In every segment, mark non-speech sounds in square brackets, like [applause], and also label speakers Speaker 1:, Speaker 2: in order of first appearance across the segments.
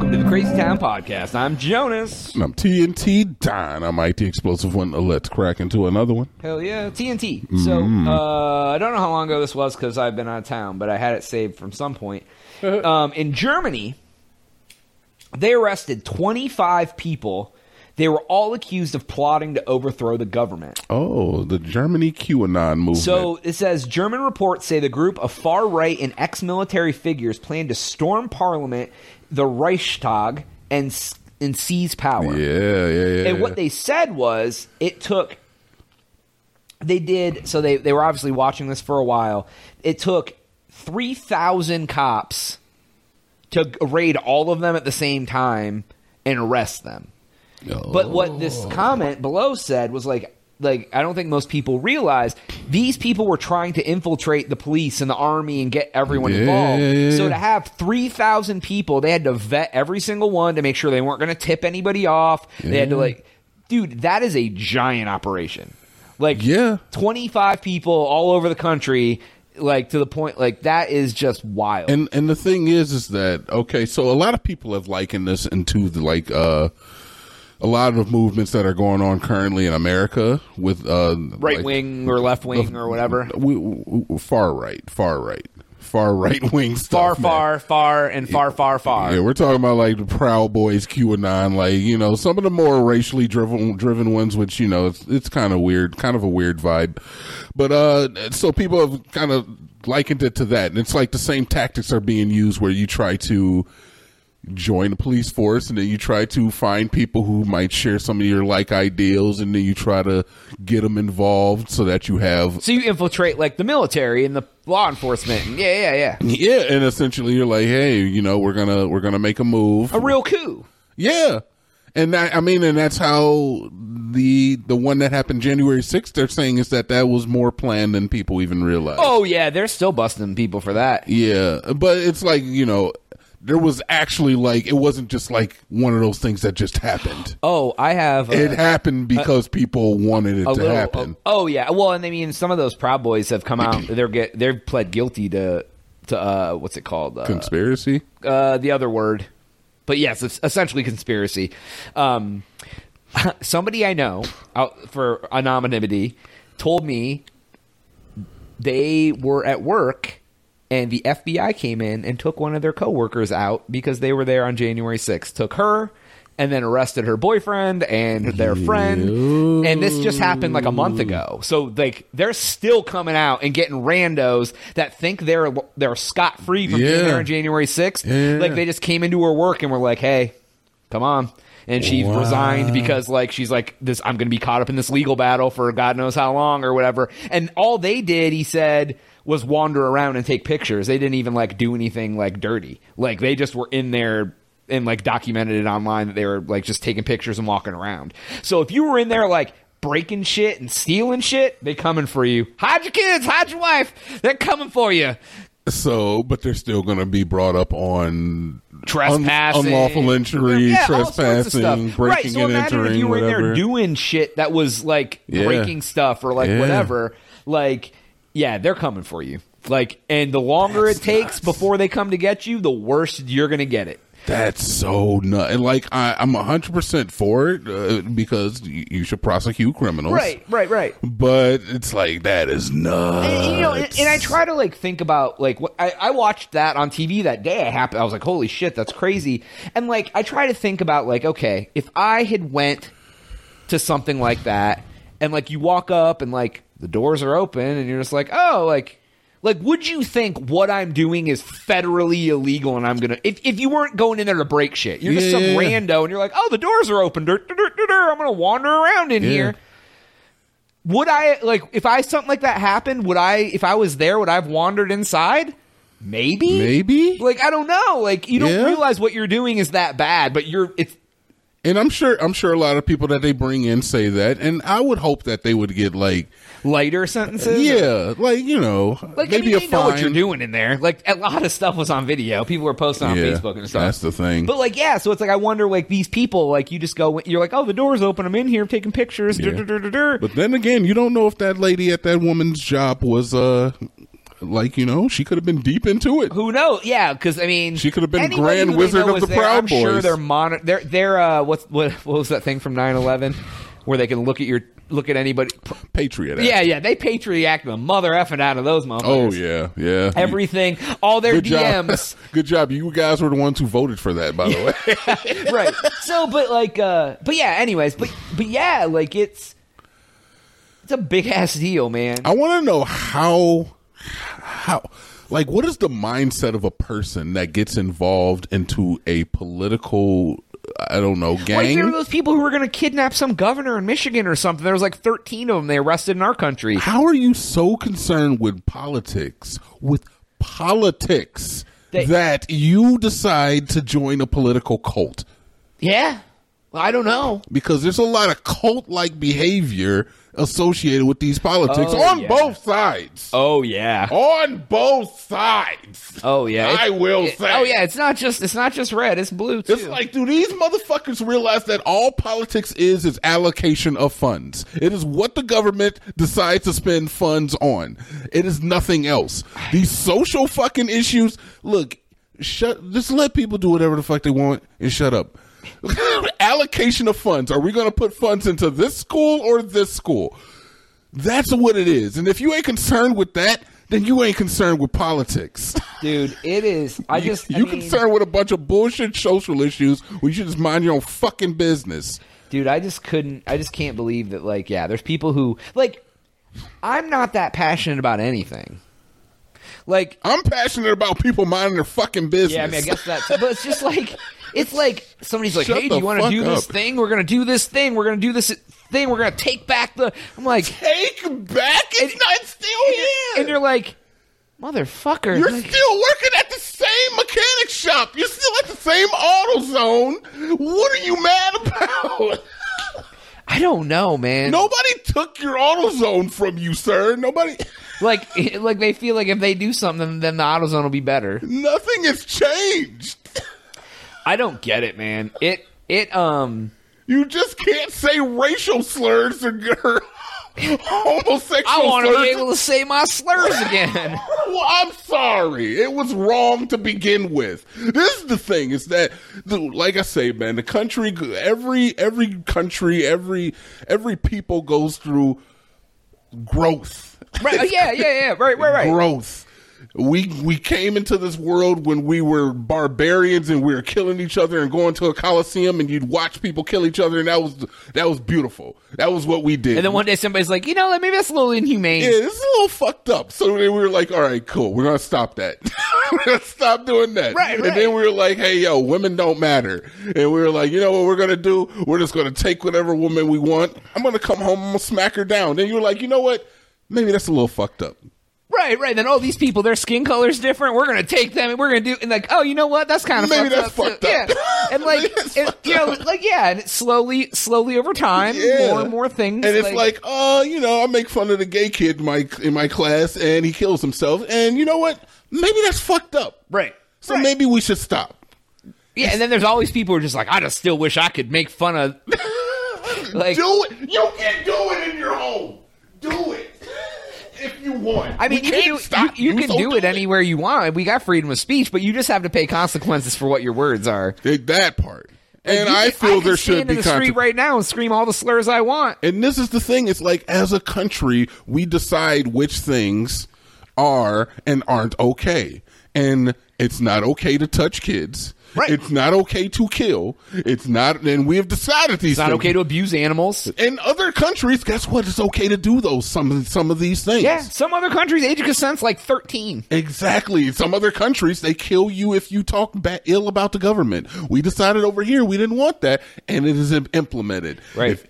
Speaker 1: Time Podcast. I'm Jonas.
Speaker 2: And I'm TNT Dynamite, the explosive one. Uh, Let's crack into another one.
Speaker 1: Hell yeah, TNT. So uh, I don't know how long ago this was because I've been out of town, but I had it saved from some point. um, in Germany, they arrested 25 people. They were all accused of plotting to overthrow the government.
Speaker 2: Oh, the Germany QAnon movement.
Speaker 1: So it says German reports say the group of far right and ex military figures plan to storm parliament, the Reichstag, and, s- and seize power.
Speaker 2: yeah, yeah, yeah.
Speaker 1: And what they said was it took they did so they they were obviously watching this for a while. It took 3,000 cops to g- raid all of them at the same time and arrest them.
Speaker 2: Oh.
Speaker 1: But what this comment below said was like like I don't think most people realize these people were trying to infiltrate the police and the army and get everyone
Speaker 2: Yeah,
Speaker 1: involved.
Speaker 2: yeah, yeah,
Speaker 1: So
Speaker 2: yeah.
Speaker 1: to have 3,000 people, they had to vet every single one to make sure they weren't going to tip anybody off. They had to
Speaker 2: Yeah.
Speaker 1: like dude, that is a giant operation. Like
Speaker 2: Yeah.
Speaker 1: 25 people all over the country like to the point like that is just wild.
Speaker 2: and and the thing is, is that okay? So a lot of people have likened this into the, like uh, a lot of movements that are going on currently in America with uh,
Speaker 1: right
Speaker 2: like-
Speaker 1: wing or left wing or whatever.
Speaker 2: we, we- far right, far right, far right wing
Speaker 1: Far,
Speaker 2: stuff. man.
Speaker 1: far, far, and far, far, far.
Speaker 2: Yeah, we're talking about like the Proud Boys, QAnon, like you know some of the more racially driven driven ones, which you know it's it's kind of weird, kind of a weird vibe. But uh, so people have kind of likened it to that, and it's like the same tactics are being used where you try to join the police force and then you try to find people who might share some of your like ideals and then you try to get them involved so that you have
Speaker 1: So you infiltrate like the military and the law enforcement. and Yeah, yeah, yeah.
Speaker 2: yeah and essentially you're like hey you know we're gonna we're gonna make a move
Speaker 1: A real coup.
Speaker 2: Yeah. And that, I mean, and that's how the the one that happened January sixth. They're saying is that that was more planned than people even realize.
Speaker 1: Oh yeah, they're still busting people for that.
Speaker 2: yeah. But it's like you know, there was actually like it wasn't just like one of those things that just happened.
Speaker 1: Oh, I have
Speaker 2: It
Speaker 1: a,
Speaker 2: happened because people wanted it
Speaker 1: uh, a
Speaker 2: to
Speaker 1: little.
Speaker 2: happen.
Speaker 1: Oh, oh, yeah. Well, and I mean, some of those Proud Boys have come out. They're get they're pled guilty to to uh, what's it called? Uh,
Speaker 2: Conspiracy.
Speaker 1: uh, the other word, but yes, it's essentially conspiracy. Um, [laughs] somebody I know out for anonymity told me they were at work and the FBI came in and took one of their coworkers out because they were there on January 6th. Took her and then arrested her boyfriend and their friend. And this just happened like a month ago. So like they're still coming out and getting randos that think they're they're scot free from being
Speaker 2: Yeah.
Speaker 1: there on January 6th.
Speaker 2: Yeah.
Speaker 1: Like they just came into her work and were like, "Hey, come on." And she
Speaker 2: Wow.
Speaker 1: resigned because like she's like this I'm going to be caught up in this legal battle for God knows how long or whatever. And all they did, he said, was wander around and take pictures. They didn't even like do anything like dirty. Like they just were in there and like documented it online that they were like just taking pictures and walking around. So if you were in there like breaking shit and stealing shit, they coming for you. Hide your kids, hide your wife. They're coming for you.
Speaker 2: So, but they're still going to be brought up on
Speaker 1: trespassing,
Speaker 2: un- unlawful entry,
Speaker 1: yeah, all sorts of
Speaker 2: trespassing,
Speaker 1: stuff.
Speaker 2: breaking
Speaker 1: right, so
Speaker 2: and
Speaker 1: imagine
Speaker 2: entering,
Speaker 1: if you were in
Speaker 2: whatever.
Speaker 1: there doing shit that was like
Speaker 2: Yeah.
Speaker 1: breaking stuff or like
Speaker 2: Yeah.
Speaker 1: whatever. Like, yeah, they're coming for you. Like, and the longer it takes before they come to get you, the worse you're gonna get it.
Speaker 2: That's so nuts. And like, I, I'm 100% for it uh, because you, you should prosecute criminals.
Speaker 1: Right, right, right.
Speaker 2: But it's like, that is nuts.
Speaker 1: And, you know, and, and I try to like think about like what I, I watched that on TV that day. I happened, I was like, holy shit, that's crazy. And like, I try to think about like, okay, if I had went to something like that, and like you walk up and like the doors are open, and you're just like, oh, like. Like, would you think what I'm doing is federally illegal and I'm gonna, if, if you weren't going in there to break shit, you're just
Speaker 2: Yeah,
Speaker 1: some
Speaker 2: yeah, yeah.
Speaker 1: rando and you're like, oh, the doors are open, dur, dur, dur, dur, dur, I'm gonna wander around in
Speaker 2: Yeah.
Speaker 1: here would I like if I something like that happened? Would I if I was there? Would I have wandered inside? Maybe,
Speaker 2: Maybe.
Speaker 1: Like I don't know. Like you don't
Speaker 2: Yeah.
Speaker 1: realize what you're doing is that bad, but you're it's
Speaker 2: and I'm sure, I'm sure a lot of people that they bring in say that. And I would hope that they would get like,
Speaker 1: lighter sentences.
Speaker 2: yeah, like, you know,
Speaker 1: Like
Speaker 2: maybe
Speaker 1: I mean,
Speaker 2: a
Speaker 1: they
Speaker 2: fine.
Speaker 1: know what you're doing in there. Like a lot of stuff was on video. People were posting on
Speaker 2: Yeah,
Speaker 1: Facebook and stuff.
Speaker 2: That's the thing.
Speaker 1: But like, yeah, so it's like I wonder, like these people, like you just go, you're like, oh, the door's open. I'm in here, I'm taking pictures. dur,
Speaker 2: Yeah.
Speaker 1: dur, dur, dur, dur.
Speaker 2: But then again, you don't know if that lady at that woman's job was uh like you know, she could have been deep into it.
Speaker 1: Who knows? Yeah, because I mean,
Speaker 2: She could have been
Speaker 1: anybody
Speaker 2: Grand
Speaker 1: who they
Speaker 2: Wizard
Speaker 1: know
Speaker 2: of
Speaker 1: is
Speaker 2: the
Speaker 1: there.
Speaker 2: Proud
Speaker 1: I'm Sure,
Speaker 2: Boys.
Speaker 1: they're monitor. They're they're uh, what's what, what was that thing from 9-11 where they can look at your look at anybody.
Speaker 2: Patriot. Act.
Speaker 1: Yeah, yeah, they patriot act the mother effing out of those motherfuckers.
Speaker 2: Oh yeah, yeah.
Speaker 1: everything, all their
Speaker 2: Good job.
Speaker 1: DMs.
Speaker 2: [laughs] Good job. You guys were the ones who voted for that, by the way.
Speaker 1: right. So, but like, uh, but yeah. Anyways, but but yeah, like it's it's a big ass deal, man.
Speaker 2: I want to know how, how, like, what is the mindset of a person that gets involved into a political, I don't know,
Speaker 1: Like there were
Speaker 2: gang?
Speaker 1: those people who were going to kidnap some governor in Michigan or something. There was like thirteen of them they arrested in our country.
Speaker 2: how are you so concerned with politics, with politics,
Speaker 1: They-
Speaker 2: that you decide to join a political cult?
Speaker 1: Yeah, well, I don't know.
Speaker 2: Because there's a lot of cult like behavior associated with these politics
Speaker 1: Oh,
Speaker 2: on
Speaker 1: yeah.
Speaker 2: both sides.
Speaker 1: Oh yeah.
Speaker 2: on both sides.
Speaker 1: Oh yeah.
Speaker 2: I
Speaker 1: It's-
Speaker 2: will
Speaker 1: it-
Speaker 2: say.
Speaker 1: Oh yeah. It's not just it's not just red. It's blue too.
Speaker 2: It's like, do these motherfuckers realize that all politics is is allocation of funds? It is what the government decides to spend funds on. It is nothing else. These social fucking issues. Look, shut. Just let people do whatever the fuck they want and shut up. [laughs] allocation of funds. Are we going to put funds into this school or this school? That's what it is. And if you ain't concerned with that, then you ain't concerned with politics. [laughs]
Speaker 1: dude, it is. I
Speaker 2: You-
Speaker 1: just I
Speaker 2: you
Speaker 1: mean,
Speaker 2: concerned with a bunch of bullshit social issues where you should just mind your own fucking business.
Speaker 1: dude. I just couldn't. I just can't believe that. Like, yeah, there's people who like. I'm not that passionate about anything. Like,
Speaker 2: I'm passionate about people minding their fucking business.
Speaker 1: Yeah, I mean, I guess that's. But it's just like it's like somebody's like,
Speaker 2: Shut
Speaker 1: "Hey, do
Speaker 2: the
Speaker 1: you want to
Speaker 2: fuck
Speaker 1: do this
Speaker 2: up."
Speaker 1: thing? We're gonna do this thing. We're gonna do this thing. We're gonna take back the." I'm like,
Speaker 2: Take back, it's not still here.
Speaker 1: and you're like, "Motherfucker!"
Speaker 2: You're
Speaker 1: like,
Speaker 2: still working at the same mechanic shop. You're still at the same auto zone. What are you mad about? [laughs]
Speaker 1: I don't know, man.
Speaker 2: Nobody took your auto zone from you, sir. Nobody.
Speaker 1: Like, [laughs] like they feel like if they do something, then the AutoZone will be better.
Speaker 2: Nothing has changed.
Speaker 1: I don't get it, man. It, it, um,
Speaker 2: You just can't say racial slurs or, [laughs] or homosexual
Speaker 1: I want to
Speaker 2: slurs.
Speaker 1: be able to say my slurs
Speaker 2: [laughs]
Speaker 1: again.
Speaker 2: Well, I'm sorry. It was wrong to begin with. This is the thing is that, dude, like I say, man, the country, every every country, every every people goes through growth,
Speaker 1: right? oh, Yeah, yeah, yeah. Right, right, right.
Speaker 2: growth. We we came into this world when we were barbarians and we were killing each other and going to a coliseum and you'd watch people kill each other and that was that was beautiful. That was what we did.
Speaker 1: And then one day somebody's like, you know, like, maybe that's a little inhumane.
Speaker 2: Yeah, this is a little fucked up. So then we were like, all right, cool. We're going to stop that. [laughs] we're going to stop doing that.
Speaker 1: Right, right.
Speaker 2: And then we were like, hey, yo, women don't matter. And we were like, you know what we're going to do? We're just going to take whatever woman we want. I'm going to come home. I'm going to smack her down. Then you were like, you know what? Maybe that's a little fucked up.
Speaker 1: Right, right. Then all these people, their skin color's different. We're gonna take them and we're gonna do and like, oh, you know what? That's kind of
Speaker 2: Maybe
Speaker 1: fucked
Speaker 2: that's
Speaker 1: up.
Speaker 2: fucked
Speaker 1: too.
Speaker 2: up.
Speaker 1: Yeah,
Speaker 2: [laughs]
Speaker 1: and like,
Speaker 2: Maybe that's
Speaker 1: and,
Speaker 2: fucked
Speaker 1: you know, like yeah, and it's slowly, slowly over time,
Speaker 2: Yeah.
Speaker 1: more and more things.
Speaker 2: And it's like, uh, you know, I make fun of the gay kid in my, in my class and he kills himself. And you know what? Maybe that's fucked up.
Speaker 1: right,
Speaker 2: So
Speaker 1: right.
Speaker 2: maybe we should stop.
Speaker 1: yeah. And then there's always people who are just like, I just still wish I could make fun of.
Speaker 2: [laughs]
Speaker 1: Like-
Speaker 2: do it. You can do it in your home. Do it [laughs] if you want.
Speaker 1: I mean,
Speaker 2: We
Speaker 1: you can
Speaker 2: can't
Speaker 1: do, you, you can
Speaker 2: so
Speaker 1: do it anywhere you want. We got freedom of speech, but you just have to pay consequences for what your words are.
Speaker 2: Hey, That part, and
Speaker 1: You
Speaker 2: I
Speaker 1: can-
Speaker 2: feel
Speaker 1: can
Speaker 2: there
Speaker 1: stand
Speaker 2: should
Speaker 1: in
Speaker 2: be
Speaker 1: the street
Speaker 2: contra-
Speaker 1: right now and scream all the slurs I want.
Speaker 2: And this is the thing. It's like as a country, we decide which things are and aren't okay, and it's not okay to touch kids.
Speaker 1: Right.
Speaker 2: It's not okay to kill. It's not, and we have decided these.
Speaker 1: It's not
Speaker 2: things.
Speaker 1: okay to abuse animals.
Speaker 2: In other countries, guess what? It's okay to do those some some of these things.
Speaker 1: Yeah, some other countries age of consent's like thirteen.
Speaker 2: Exactly. Some other countries they kill you if you talk ba- ill about the government. We decided over here we didn't want that, and it is im- implemented.
Speaker 1: Right.
Speaker 2: If-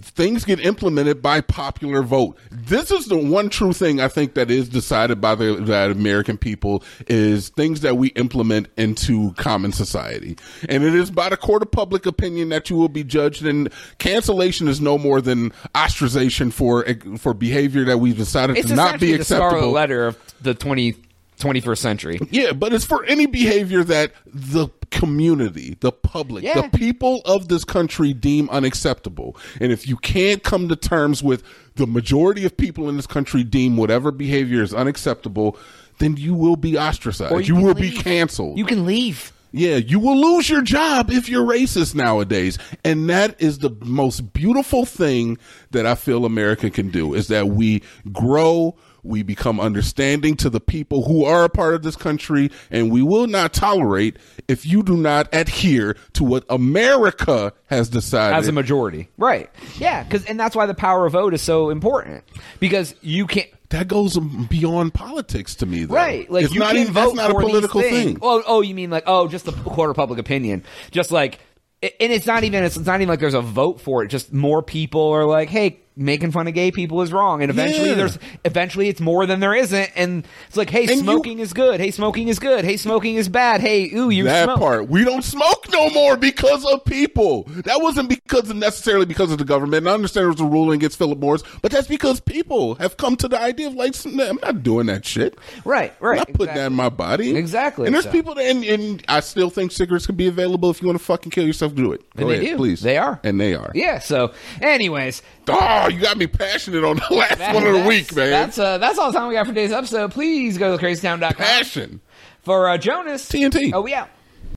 Speaker 2: things get implemented by popular vote. This is the one true thing I think that is decided by the, the American people is things that we implement into common society. And it is by the court of public opinion that you will be judged and cancellation is no more than ostracization for for behavior that we've decided
Speaker 1: It's
Speaker 2: to not be
Speaker 1: essentially the
Speaker 2: acceptable.
Speaker 1: scarlet letter of the 20 21st century.
Speaker 2: Yeah, but it's for any behavior that the community, the public,
Speaker 1: Yeah.
Speaker 2: the people of this country deem unacceptable. And if you can't come to terms with the majority of people in this country deem whatever behavior is unacceptable, then you will be ostracized.
Speaker 1: Or you
Speaker 2: you
Speaker 1: can
Speaker 2: will be
Speaker 1: leave.
Speaker 2: canceled.
Speaker 1: You can leave.
Speaker 2: yeah, you will lose your job if you're racist nowadays. And that is the most beautiful thing that I feel America can do is that we grow we become understanding to the people who are a part of this country, and we will not tolerate if you do not adhere to what America has decided.
Speaker 1: as a majority, right? Yeah, because and that's why the power of vote is so important because you can't.
Speaker 2: that goes beyond politics to me, though.
Speaker 1: Right, like
Speaker 2: it's
Speaker 1: you
Speaker 2: not
Speaker 1: can
Speaker 2: even
Speaker 1: vote
Speaker 2: that's not a
Speaker 1: for these
Speaker 2: political
Speaker 1: things.
Speaker 2: thing.
Speaker 1: Oh, oh, you mean like oh, just the quarter public opinion, just like, and it's not even it's not even like there's a vote for it. Just more people are like, hey, making fun of gay people is wrong, and eventually
Speaker 2: Yeah.
Speaker 1: there's eventually it's more than there isn't, and it's like, hey,
Speaker 2: And you-
Speaker 1: smoking is good. Hey, smoking is good. Hey, smoking is bad. Hey, ooh, you
Speaker 2: that
Speaker 1: smoke.
Speaker 2: part. We don't smoke no more because of people. That wasn't because necessarily because of the government. And I understand it was a ruling against Philip Morris, but that's because people have come to the idea of like, I'm not doing that shit.
Speaker 1: Right, right,
Speaker 2: I'm not putting that in my body.
Speaker 1: Exactly.
Speaker 2: And there's
Speaker 1: So-
Speaker 2: people, that, and, and I still think cigarettes could be available if you want to fucking kill yourself. Do it. Go
Speaker 1: And they
Speaker 2: ahead,
Speaker 1: do.
Speaker 2: please.
Speaker 1: They are.
Speaker 2: and they are.
Speaker 1: Yeah. So, anyways,
Speaker 2: Oh, you got me passionate on the last
Speaker 1: That-
Speaker 2: one of the
Speaker 1: that's-
Speaker 2: week, man.
Speaker 1: That's uh, that's all the time we got for today's episode. Please go to crazytown.com
Speaker 2: passion.
Speaker 1: for uh, Jonas
Speaker 2: TNT.
Speaker 1: Oh, we out.